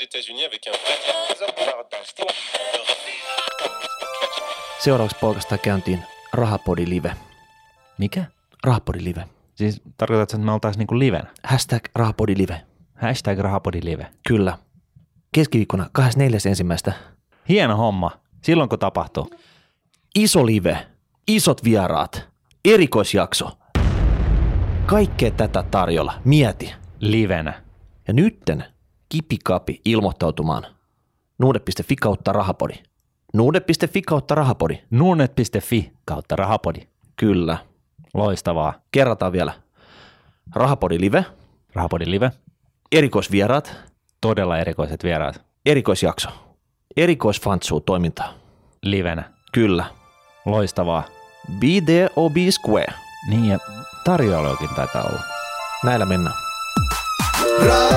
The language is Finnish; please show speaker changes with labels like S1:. S1: États-Unis avec un vrai.
S2: Seuraavaksi polkastaan käyntiin Rahapodi Live.
S3: Mikä?
S2: Rahapodi Live.
S3: Siis tarkoitatko, että me oltaisiin niinku livenä?
S2: Hashtag Rahapodi Live.
S3: Hashtag rahapodi live.
S2: Kyllä. Keskiviikkona 24.1.
S3: Hieno homma. Silloin kun tapahtuu.
S2: Iso live. Isot vieraat. Erikoisjakso. Kaikkea tätä tarjolla. Mieti.
S3: Livenä.
S2: Ja nytten kipikapi ilmoittautumaan. Nuude.fi kautta rahapodi. Nuude.fi kautta rahapodi.
S3: Nuunet.fi kautta rahapodi.
S2: Kyllä.
S3: Loistavaa.
S2: Kerrataan vielä. Rahapodi live,
S3: Rahapodi live.
S2: erikoisvieraat,
S3: Todella erikoiset vieraat.
S2: erikoisjakso, erikoisfantsuu toimintaa.
S3: Livenä.
S2: Kyllä.
S3: Loistavaa.
S2: Be there or be square.
S3: Niin ja tarjoilukin taitaa olla.
S2: Näillä mennään.
S4: Radio